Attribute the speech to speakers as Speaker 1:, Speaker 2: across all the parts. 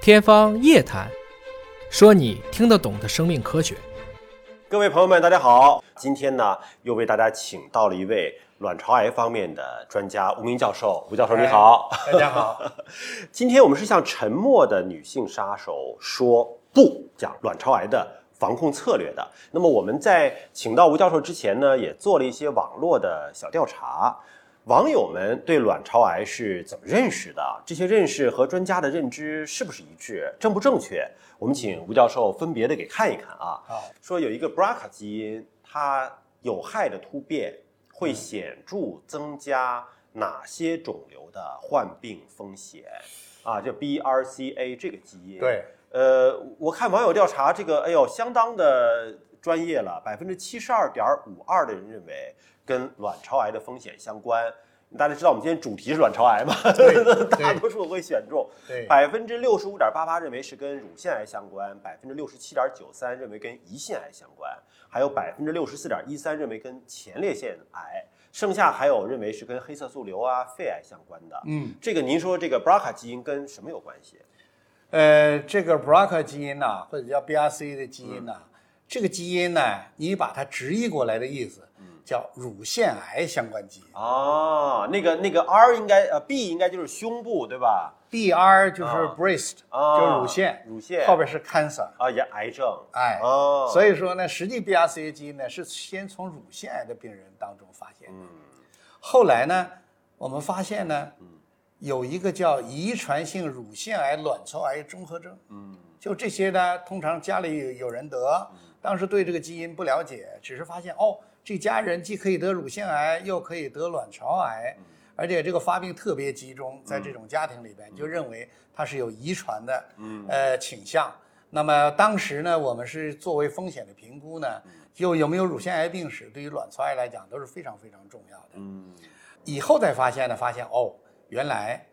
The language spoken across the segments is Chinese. Speaker 1: 天方夜谭，说你听得懂的生命科学。
Speaker 2: 各位朋友们，大家好！今天呢，又为大家请到了一位卵巢癌方面的专家吴明教授。吴教授，你好！
Speaker 3: 大 家好，
Speaker 2: 今天我们是向沉默的女性杀手说不，讲卵巢癌的防控策略的。那么我们在请到吴教授之前呢，也做了一些网络的小调查，网友们对卵巢癌是怎么认识的？这些认识和专家的认知是不是一致？正不正确？我们请吴教授分别的给看一看啊。
Speaker 3: 好，
Speaker 2: 说有一个 BRCA 基因，它有害的突变会显著增加哪些肿瘤的患病风险？啊，这 BRCA 这个基因，，
Speaker 3: 对，
Speaker 2: 呃，我看网友调查这个，哎呦，相当的专业了，百分之七十二点五二的人认为跟卵巢癌的风险相关。大家知道我们今天主题是卵巢癌嘛？
Speaker 3: 对
Speaker 2: 大多数会选中。
Speaker 3: 对，
Speaker 2: 百分之六十五点八八认为是跟乳腺癌相关，百分之六十七点九三认为跟胰腺癌相关，还有百分之六十四点一三认为跟前列腺癌，剩下还有认为是跟黑色素瘤啊、肺癌相关的。
Speaker 3: 嗯，
Speaker 2: 这个您说这个 BRCA 基因跟什么有关系？
Speaker 3: 呃，这个 BRCA 基因呐、或者叫 BRCA 的基因呐、
Speaker 2: 嗯
Speaker 3: 这个基因呢，你把它直译过来的意思，
Speaker 2: 嗯
Speaker 3: 叫乳腺癌相关基因。
Speaker 2: 哦，那个那个 R 应该呃 B 应该就是胸部对吧？
Speaker 3: BR 就是
Speaker 2: 啊
Speaker 3: breast，、
Speaker 2: 啊
Speaker 3: 就是乳腺，
Speaker 2: 乳腺
Speaker 3: 后边是 cancer，
Speaker 2: 啊，也癌症。
Speaker 3: 哎，
Speaker 2: 哦，
Speaker 3: 所
Speaker 2: 以
Speaker 3: 以说呢，实际 BRCA 基因呢是先从乳腺癌的病人当中发现的，
Speaker 2: 嗯
Speaker 3: 后来呢，我们发现呢，有一个叫遗传性乳腺癌卵巢癌综合征，嗯，就这些呢，通常家里有有人得，当时对这个基因不了解，只是发现哦，这家人既可以得乳腺癌，又可以得卵巢癌。而且这个发病特别集中，在这种家庭里边，就认为它是有遗传的，呃倾向。那么当时呢，我们是作为风险的评估呢，就有没有乳腺癌病史，对于卵巢癌来讲都是非常非常重要的。
Speaker 2: 嗯
Speaker 3: 以后才发现呢，发现哦，原来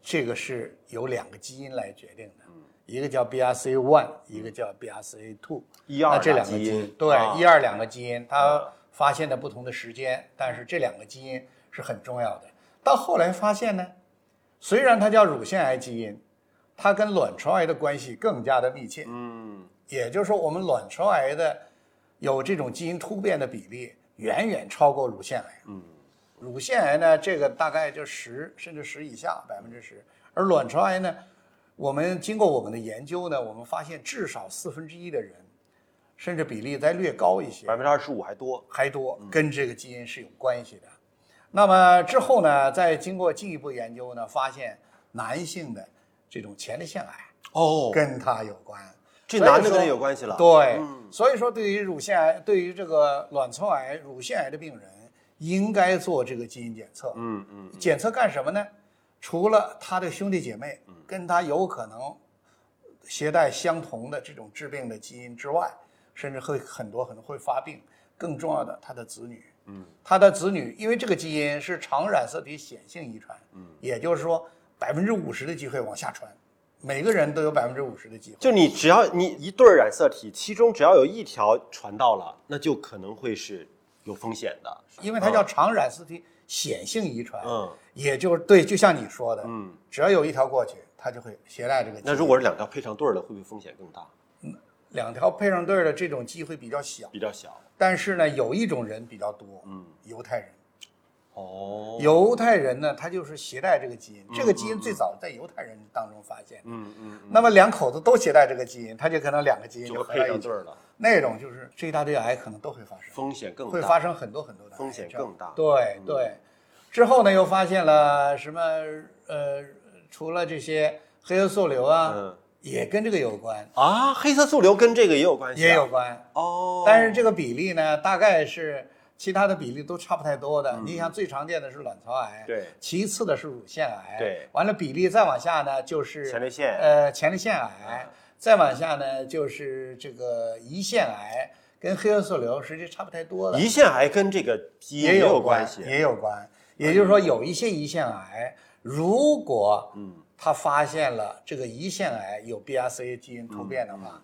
Speaker 3: 这个是由两个基因来决定的，一个叫 BRCA1，一个叫 BRCA2，
Speaker 2: 一二
Speaker 3: 那这两个
Speaker 2: 基因
Speaker 3: 对、
Speaker 2: 啊
Speaker 3: 一二两个基因，它发现的不同的时间，但是这两个基因是很重要的。到后来发现呢，虽然它叫乳腺癌基因，它跟卵巢癌的关系更加的密切，
Speaker 2: 嗯
Speaker 3: 也就是说，我们卵巢癌的有这种基因突变的比例远远超过乳腺癌。
Speaker 2: 嗯
Speaker 3: 乳腺癌呢，这个大概就十甚至十以下，百分之十。而卵巢癌呢，我们经过我们的研究呢，我们发现至少四分之一的人，甚至比例再略高一些
Speaker 2: 百，分嗯之二十五还多。
Speaker 3: 还多，跟这个基因是有关系的。那么之后呢，再经过进一步研究呢，发现男性的这种前列腺癌
Speaker 2: 哦
Speaker 3: 跟它有关。
Speaker 2: 这
Speaker 3: 所以
Speaker 2: 男的
Speaker 3: 说
Speaker 2: 跟这有关系了。
Speaker 3: 对，
Speaker 2: 嗯
Speaker 3: 所以说对于乳腺癌，对于这个卵巢癌、乳腺癌的病人，应该做这个基因检测。
Speaker 2: 嗯嗯
Speaker 3: 检测干什么呢？除了他的兄弟姐妹
Speaker 2: 嗯
Speaker 3: 跟他有可能携带相同的这种致病的基因之外，甚至会很多可能会发病。更重要的，他的子女，
Speaker 2: 嗯，
Speaker 3: 他的子女，因为这个基因是常染色体显性遗传，嗯，也就是说百分之五十的机会往下传，每个人都有百分之五十的机会。
Speaker 2: 就你只要你一对儿染色体，其中只要有一条传到了，那就可能会是有风险的。
Speaker 3: 因为它叫常染色体显性遗传，
Speaker 2: 啊嗯，
Speaker 3: 也就是对，就像你说的，
Speaker 2: 嗯，
Speaker 3: 只要有一条过去，它就会携带这个基因。
Speaker 2: 那如果是两条配上对儿的，会不会风险更大？
Speaker 3: 两条配上对儿的这种机会比较小，
Speaker 2: 比较小。
Speaker 3: 但是呢，有一种人比较多，
Speaker 2: 嗯，
Speaker 3: 犹太人。
Speaker 2: 哦，
Speaker 3: 犹太人呢，他就是携带这个基因，这个基因最早在犹太人当中发现。
Speaker 2: 嗯嗯，
Speaker 3: 那么两口子都携带这个基因，他就可能两个基因
Speaker 2: 就
Speaker 3: 就
Speaker 2: 会
Speaker 3: 合
Speaker 2: 配
Speaker 3: 在
Speaker 2: 上
Speaker 3: 一起
Speaker 2: 对。儿了，
Speaker 3: 那种就是这一大堆癌可能都会发生。
Speaker 2: 风险更大。
Speaker 3: 会发生很多很多的
Speaker 2: 风险
Speaker 3: 癌症
Speaker 2: 更大嗯
Speaker 3: 对对，之后呢又发现了什么呃，除了这些黑色素瘤啊，
Speaker 2: 嗯
Speaker 3: 也跟这个有关，
Speaker 2: 啊，黑色素瘤跟这个也有关系、啊，
Speaker 3: 也有关。
Speaker 2: 哦。
Speaker 3: 但是这个比例呢，大概是其他的比例都差不太多的。你想最常见的是卵巢癌，
Speaker 2: 嗯对
Speaker 3: 其次的是乳腺癌，
Speaker 2: 对
Speaker 3: 完了比例再往下呢就是
Speaker 2: 前列腺嗯
Speaker 3: 呃前列腺癌，再往下呢就是这个胰腺癌，跟黑色素瘤实际差不太多的。
Speaker 2: 胰腺癌跟这个基因
Speaker 3: 也
Speaker 2: 有
Speaker 3: 关
Speaker 2: 系，
Speaker 3: 也有关。也就是说，有一些胰腺癌，如果
Speaker 2: 嗯
Speaker 3: 他发现了这个胰腺癌有 BRCA 基因突变的
Speaker 2: 嗯
Speaker 3: 话，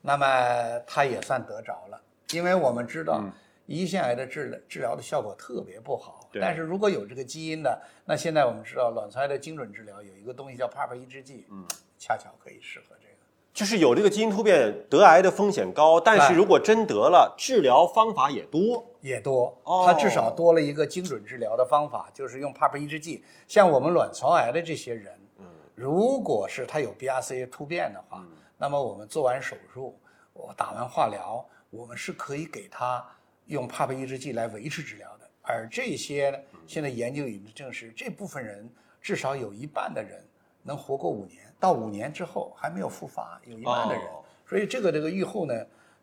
Speaker 3: 那么他也
Speaker 2: 嗯
Speaker 3: 算得着了，因为我们知道胰腺癌的治治疗的效果特别不好，
Speaker 2: 对
Speaker 3: 但是如果有这个基因的，那现在我们知道卵巢癌的精准治疗有一个东西叫 PARP 抑制剂，嗯，恰巧可以适合这个。
Speaker 2: 就是有这个基因突变，得癌的风险高，但是
Speaker 3: 对
Speaker 2: 如果真得了，治疗方法也多。
Speaker 3: 也多，
Speaker 2: 哦
Speaker 3: 它至少多了一个精准治疗的方法，就是用 PARP 抑制剂。像我们卵巢癌的这些人，
Speaker 2: 嗯
Speaker 3: 如果是他有 BRCA 突变的话，那么我们做完手术，我打完化疗，我们是可以给他用 PARP 抑 E 制剂来维持治疗的。而这些呢现在研究已经证实，这部分人至少有一半的人能活过五年，到五年之后还没有复发，有一半的人。
Speaker 2: 哦
Speaker 3: 所以这个这个预后呢，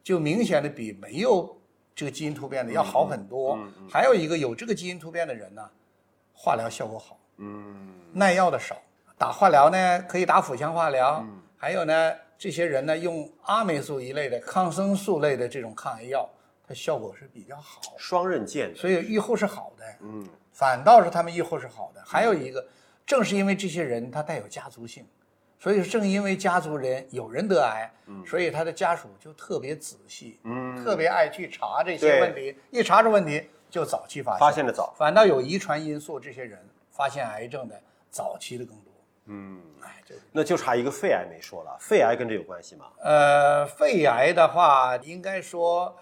Speaker 3: 就明显的比没有这个基因突变的要好很多。还有一个有这个基因突变的人呢，化疗效果好，
Speaker 2: 嗯，
Speaker 3: 耐药的少。打化疗呢，可以打腹腔化疗，
Speaker 2: 嗯
Speaker 3: 还有呢，这些人呢用阿霉素一类的抗生素类的这种抗癌药，它效果是比较好，
Speaker 2: 双刃剑的。
Speaker 3: 所以预后是好的。
Speaker 2: 嗯，
Speaker 3: 反倒是他们预后是好的。还有一个，正是因为这些人他带有家族性，所以正因为家族人有人得癌，所以他的家属就特别仔细，
Speaker 2: 嗯
Speaker 3: 特别爱去查
Speaker 2: 对
Speaker 3: 这些问题，一查出问题就早期发现。
Speaker 2: 发现的早。
Speaker 3: 反倒有遗传因素，这些人发现癌症的早期的更多。
Speaker 2: 嗯，
Speaker 3: 哎，这个
Speaker 2: 那就差一个肺癌没说了，肺癌跟这有关系吗？
Speaker 3: 呃，肺癌的话，应该说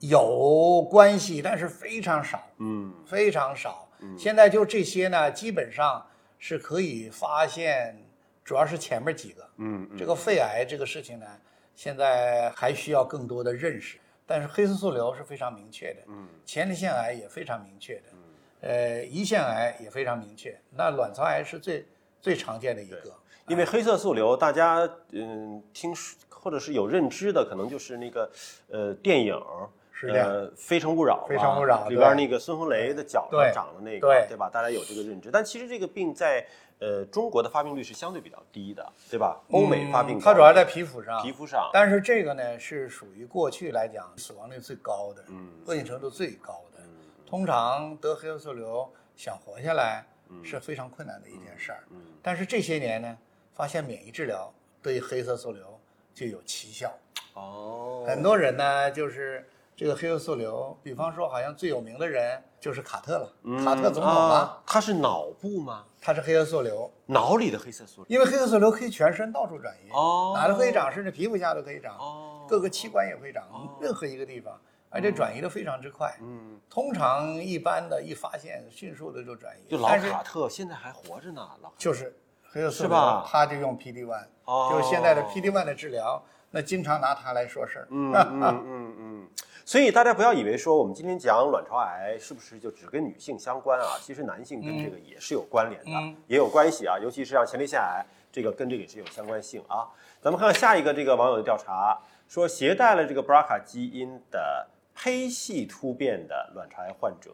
Speaker 3: 有关系，但是非常少。
Speaker 2: 嗯，
Speaker 3: 非常少。现在就这些呢，基本上是可以发现，主要是前面几个。
Speaker 2: 嗯嗯
Speaker 3: 这个肺癌这个事情呢，现在还需要更多的认识。但是黑色素瘤是非常明确的，嗯，前列腺癌也非常明确的，
Speaker 2: 嗯
Speaker 3: 呃，胰腺癌也非常明确。那卵巢癌是最最常见的一个，
Speaker 2: 因为黑色素瘤，大家嗯听说或者是有认知的，可能就是那个呃电影儿。
Speaker 3: 是的
Speaker 2: 呃，《非诚勿扰》吧
Speaker 3: 非诚勿扰
Speaker 2: 里边
Speaker 3: 对
Speaker 2: 那个孙红雷的脚上
Speaker 3: 对
Speaker 2: 长的那个，
Speaker 3: 对
Speaker 2: 吧？大家有这个认知，但其实这个病在呃中国的发病率是相对比较低的，对吧？欧美发病
Speaker 3: 嗯
Speaker 2: 高、
Speaker 3: 它主要在皮肤上，
Speaker 2: 皮肤上，
Speaker 3: 但是这个呢，是属于过去来讲死亡率最高的，嗯，恶性程度最高的。通常得黑色素瘤想活下来是非常困难的一件事儿。嗯，但是这些年呢，发现免疫治疗对黑色素瘤就有奇效。
Speaker 2: 哦，
Speaker 3: 很多人呢，就是这个黑色素瘤，比方说好像最有名的人就是卡特了，卡特总统啊，
Speaker 2: 啊，它是脑部吗？
Speaker 3: 他是黑色素瘤，
Speaker 2: 脑里的黑色素瘤
Speaker 3: 因为黑色素瘤可以全身到处转移，
Speaker 2: 哦
Speaker 3: 哪都可以长，甚至皮肤下都可以长，
Speaker 2: 哦
Speaker 3: 各个器官也会长，任何一个地方，而且转移的非常之快。
Speaker 2: 嗯，
Speaker 3: 通常一般的一发现，迅速的就转移。
Speaker 2: 就老
Speaker 3: 但是
Speaker 2: 卡特现在还活着呢，老卡特
Speaker 3: 就是黑色素
Speaker 2: 是
Speaker 3: 瘤
Speaker 2: 吧
Speaker 3: 他就用 PD one，、
Speaker 2: 哦
Speaker 3: 就是现在的 PD one 的治疗，那经常拿它来说事儿。
Speaker 2: 嗯嗯嗯嗯，所以大家不要以为说我们今天讲卵巢癌是不是就只跟女性相关啊？其实男性跟这个也是有关联的，
Speaker 3: 嗯
Speaker 2: 也有关系啊。尤其是像前列腺癌，这个跟这个也是有相关性啊。咱们看看下一个这个网友的调查，说携带了这个 BRCA 基因的胚系突变的卵巢癌患者。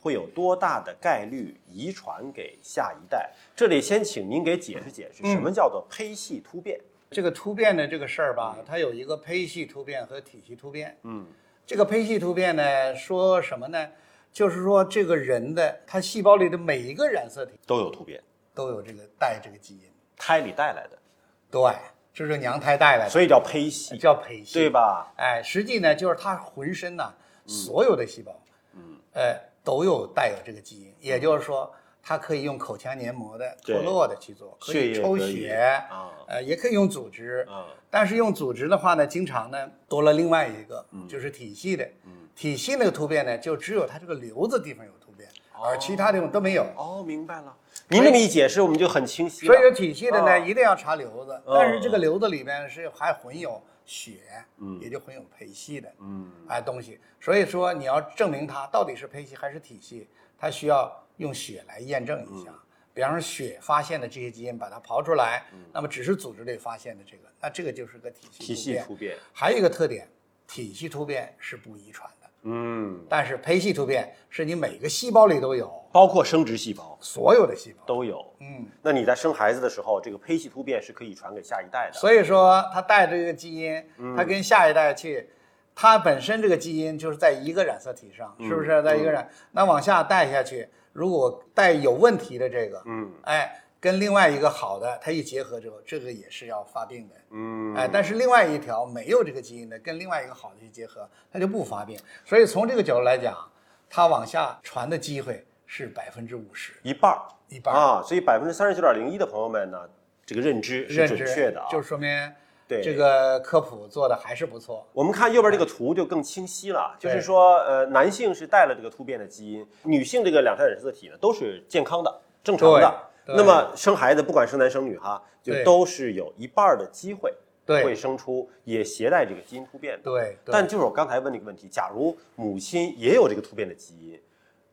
Speaker 2: 会有多大的概率遗传给下一代？这里先请您给解释解释，什么叫做胚系突变？
Speaker 3: 这个突变的这个事儿吧，它有一个胚系突变和体系突变。
Speaker 2: 嗯，
Speaker 3: 这个胚系突变呢，说什么呢？就是说这个人的他细胞里的每一个染色体
Speaker 2: 都有突变，
Speaker 3: 都有这个带这个基因，
Speaker 2: 胎里带来的，
Speaker 3: 对，这是娘胎带来的，
Speaker 2: 所以叫胚系。
Speaker 3: 叫胚系，
Speaker 2: 对？吧？
Speaker 3: 哎，实际呢就是他浑身呐、
Speaker 2: 嗯
Speaker 3: 所有的细胞，嗯，呃，都有带有这个基因，也就是说。它可以用口腔黏膜的脱
Speaker 2: 对
Speaker 3: 落的去做，可
Speaker 2: 血
Speaker 3: 以
Speaker 2: 液
Speaker 3: 抽
Speaker 2: 可以
Speaker 3: 血，
Speaker 2: 啊
Speaker 3: 呃，也可以用组织，
Speaker 2: 嗯
Speaker 3: 但是用组织的话呢，经常呢多了另外一个，
Speaker 2: 嗯
Speaker 3: 就是体系的。体系那个突变呢，就只有它这个瘤子地方有突变，而其他地方都没有。
Speaker 2: 哦，明白了。您这么一解释，我们就很清晰
Speaker 3: 所以
Speaker 2: 了。
Speaker 3: 说体系的
Speaker 2: 啊
Speaker 3: 呢，一定要查瘤子，但是这个瘤子里面是还混有血，
Speaker 2: 嗯
Speaker 3: 也就混有胚系的，嗯，哎东西。所以说你要证明它到底是胚系还是体系，它需要用血来验证一下。
Speaker 2: 嗯
Speaker 3: 比方说血发现的这些基因，把它刨出来，那么只是组织里发现的这个，那这个就是个体系
Speaker 2: 嗯体系
Speaker 3: 变
Speaker 2: 突变，
Speaker 3: 还有一个特点，体系突变是不遗传的，
Speaker 2: 嗯，
Speaker 3: 但是胚系突变是你每个细胞里都有，
Speaker 2: 包括生殖细胞
Speaker 3: 所有的细胞。
Speaker 2: 都有。
Speaker 3: 嗯，
Speaker 2: 那你在生孩子的时候，这个胚系突变是可以传给下一代的。
Speaker 3: 所以说它带着这个基因，
Speaker 2: 嗯
Speaker 3: 它跟下一代去，它本身这个基因就是在一个染色体上，是不
Speaker 2: 嗯
Speaker 3: 是？在一个染，那往下带下去，如果带有问题的这个，
Speaker 2: 嗯，
Speaker 3: 哎，跟另外一个好的，它一结合之后，这个也是要发病的。
Speaker 2: 嗯，
Speaker 3: 哎，但是另外一条没有这个基因的，跟另外一个好的去结合，它就不发病。所以从这个角度来讲，它往下传的机会是百分之五十，
Speaker 2: 一半儿
Speaker 3: 一半儿
Speaker 2: 啊，所以百分之三十九点零一的朋友们呢，这个认知是
Speaker 3: 认
Speaker 2: 准
Speaker 3: 知
Speaker 2: 确的啊。
Speaker 3: 就说明
Speaker 2: 对
Speaker 3: 这个科普做的还是不错。
Speaker 2: 我们看右边这个图就更清晰了，就
Speaker 3: 对
Speaker 2: 是说，呃，男性是带了这个突变的基因，女性这个两条染色体呢都是健康的、正常的。
Speaker 3: 对对
Speaker 2: 那么生孩子，不管生男生女哈，就
Speaker 3: 对
Speaker 2: 都是有一半儿的机会会
Speaker 3: 对
Speaker 2: 生出也携带这个基因突变的。
Speaker 3: 对，对
Speaker 2: 但就是我刚才问那个问题，假如母亲也有这个突变的基因，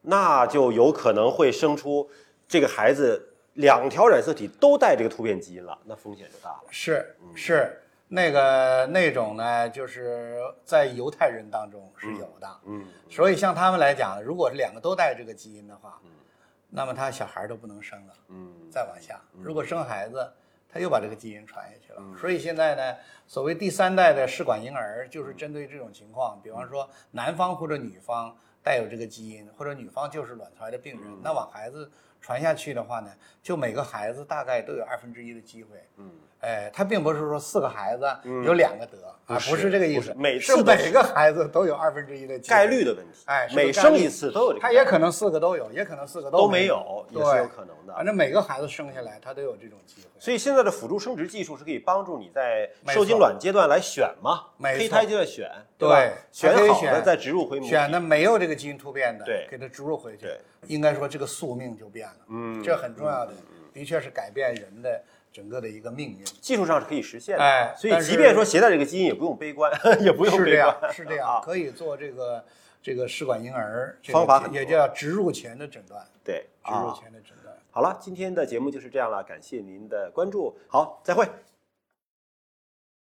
Speaker 2: 那就有可能会生出这个孩子两条染色体都带这个突变基因了，那风险就大了。
Speaker 3: 是是那个那种呢，就是在犹太人当中是有的。
Speaker 2: 嗯，
Speaker 3: 所以像他们来讲，如果是两个都带这个基因的话，那么他小孩都不能生了。
Speaker 2: 嗯，嗯
Speaker 3: 再往下，如果生孩子，他又把这个基因传下去了。所以现在呢，所谓第三代的试管婴儿，
Speaker 2: 嗯
Speaker 3: 就是针对这种情况，比方说男方或者女方带有这个基因，或者女方就是卵巢癌的病
Speaker 2: 嗯
Speaker 3: 人，那往孩子传下去的话呢，就每个孩子大概都有二分之一的机会。
Speaker 2: 嗯，
Speaker 3: 哎，他并不是说四个孩子有两个得啊，
Speaker 2: 是
Speaker 3: 不是这个意
Speaker 2: 不
Speaker 3: 思
Speaker 2: 是，每
Speaker 3: 是
Speaker 2: 次都
Speaker 3: 每个孩子都有二分之一的机会
Speaker 2: 概率的问题，
Speaker 3: 哎是个
Speaker 2: 每
Speaker 3: 概率
Speaker 2: 生一次都有这个概
Speaker 3: 他
Speaker 2: 率，
Speaker 3: 也可能四个都有，也可能四个
Speaker 2: 都
Speaker 3: 没
Speaker 2: 没有，也是
Speaker 3: 对
Speaker 2: 有可能
Speaker 3: 反
Speaker 2: 的。
Speaker 3: 正每个孩子生下来，他都有这种机会。
Speaker 2: 所以现在的辅助生殖技术是可以帮助你在
Speaker 3: 没错
Speaker 2: 受精卵阶段来选嘛，
Speaker 3: 没错
Speaker 2: 胚胎阶段选，
Speaker 3: 对
Speaker 2: 吧？
Speaker 3: 还可以
Speaker 2: 好了
Speaker 3: 选
Speaker 2: 再植入回母体。
Speaker 3: 选的没有这个基因突变的，
Speaker 2: 对
Speaker 3: 给它植入回去
Speaker 2: 对，
Speaker 3: 应该说这个宿命就变了。
Speaker 2: 嗯
Speaker 3: 这很重要的，的确是改变人的整个的一个命运。
Speaker 2: 技术上是可以实现的，
Speaker 3: 哎
Speaker 2: 所以
Speaker 3: 但是
Speaker 2: 即便说携带这个基因也不用悲 观，也不用
Speaker 3: 是这
Speaker 2: 悲观 啊
Speaker 3: 样，， 是这样，可以做这个这个试管婴儿这个
Speaker 2: 方法很多
Speaker 3: 也叫植入前的诊断，
Speaker 2: 对
Speaker 3: 植入
Speaker 2: 啊。
Speaker 3: 前的诊断。
Speaker 2: 好了，今天的节目就是这样了，感谢您的关注，好，再会。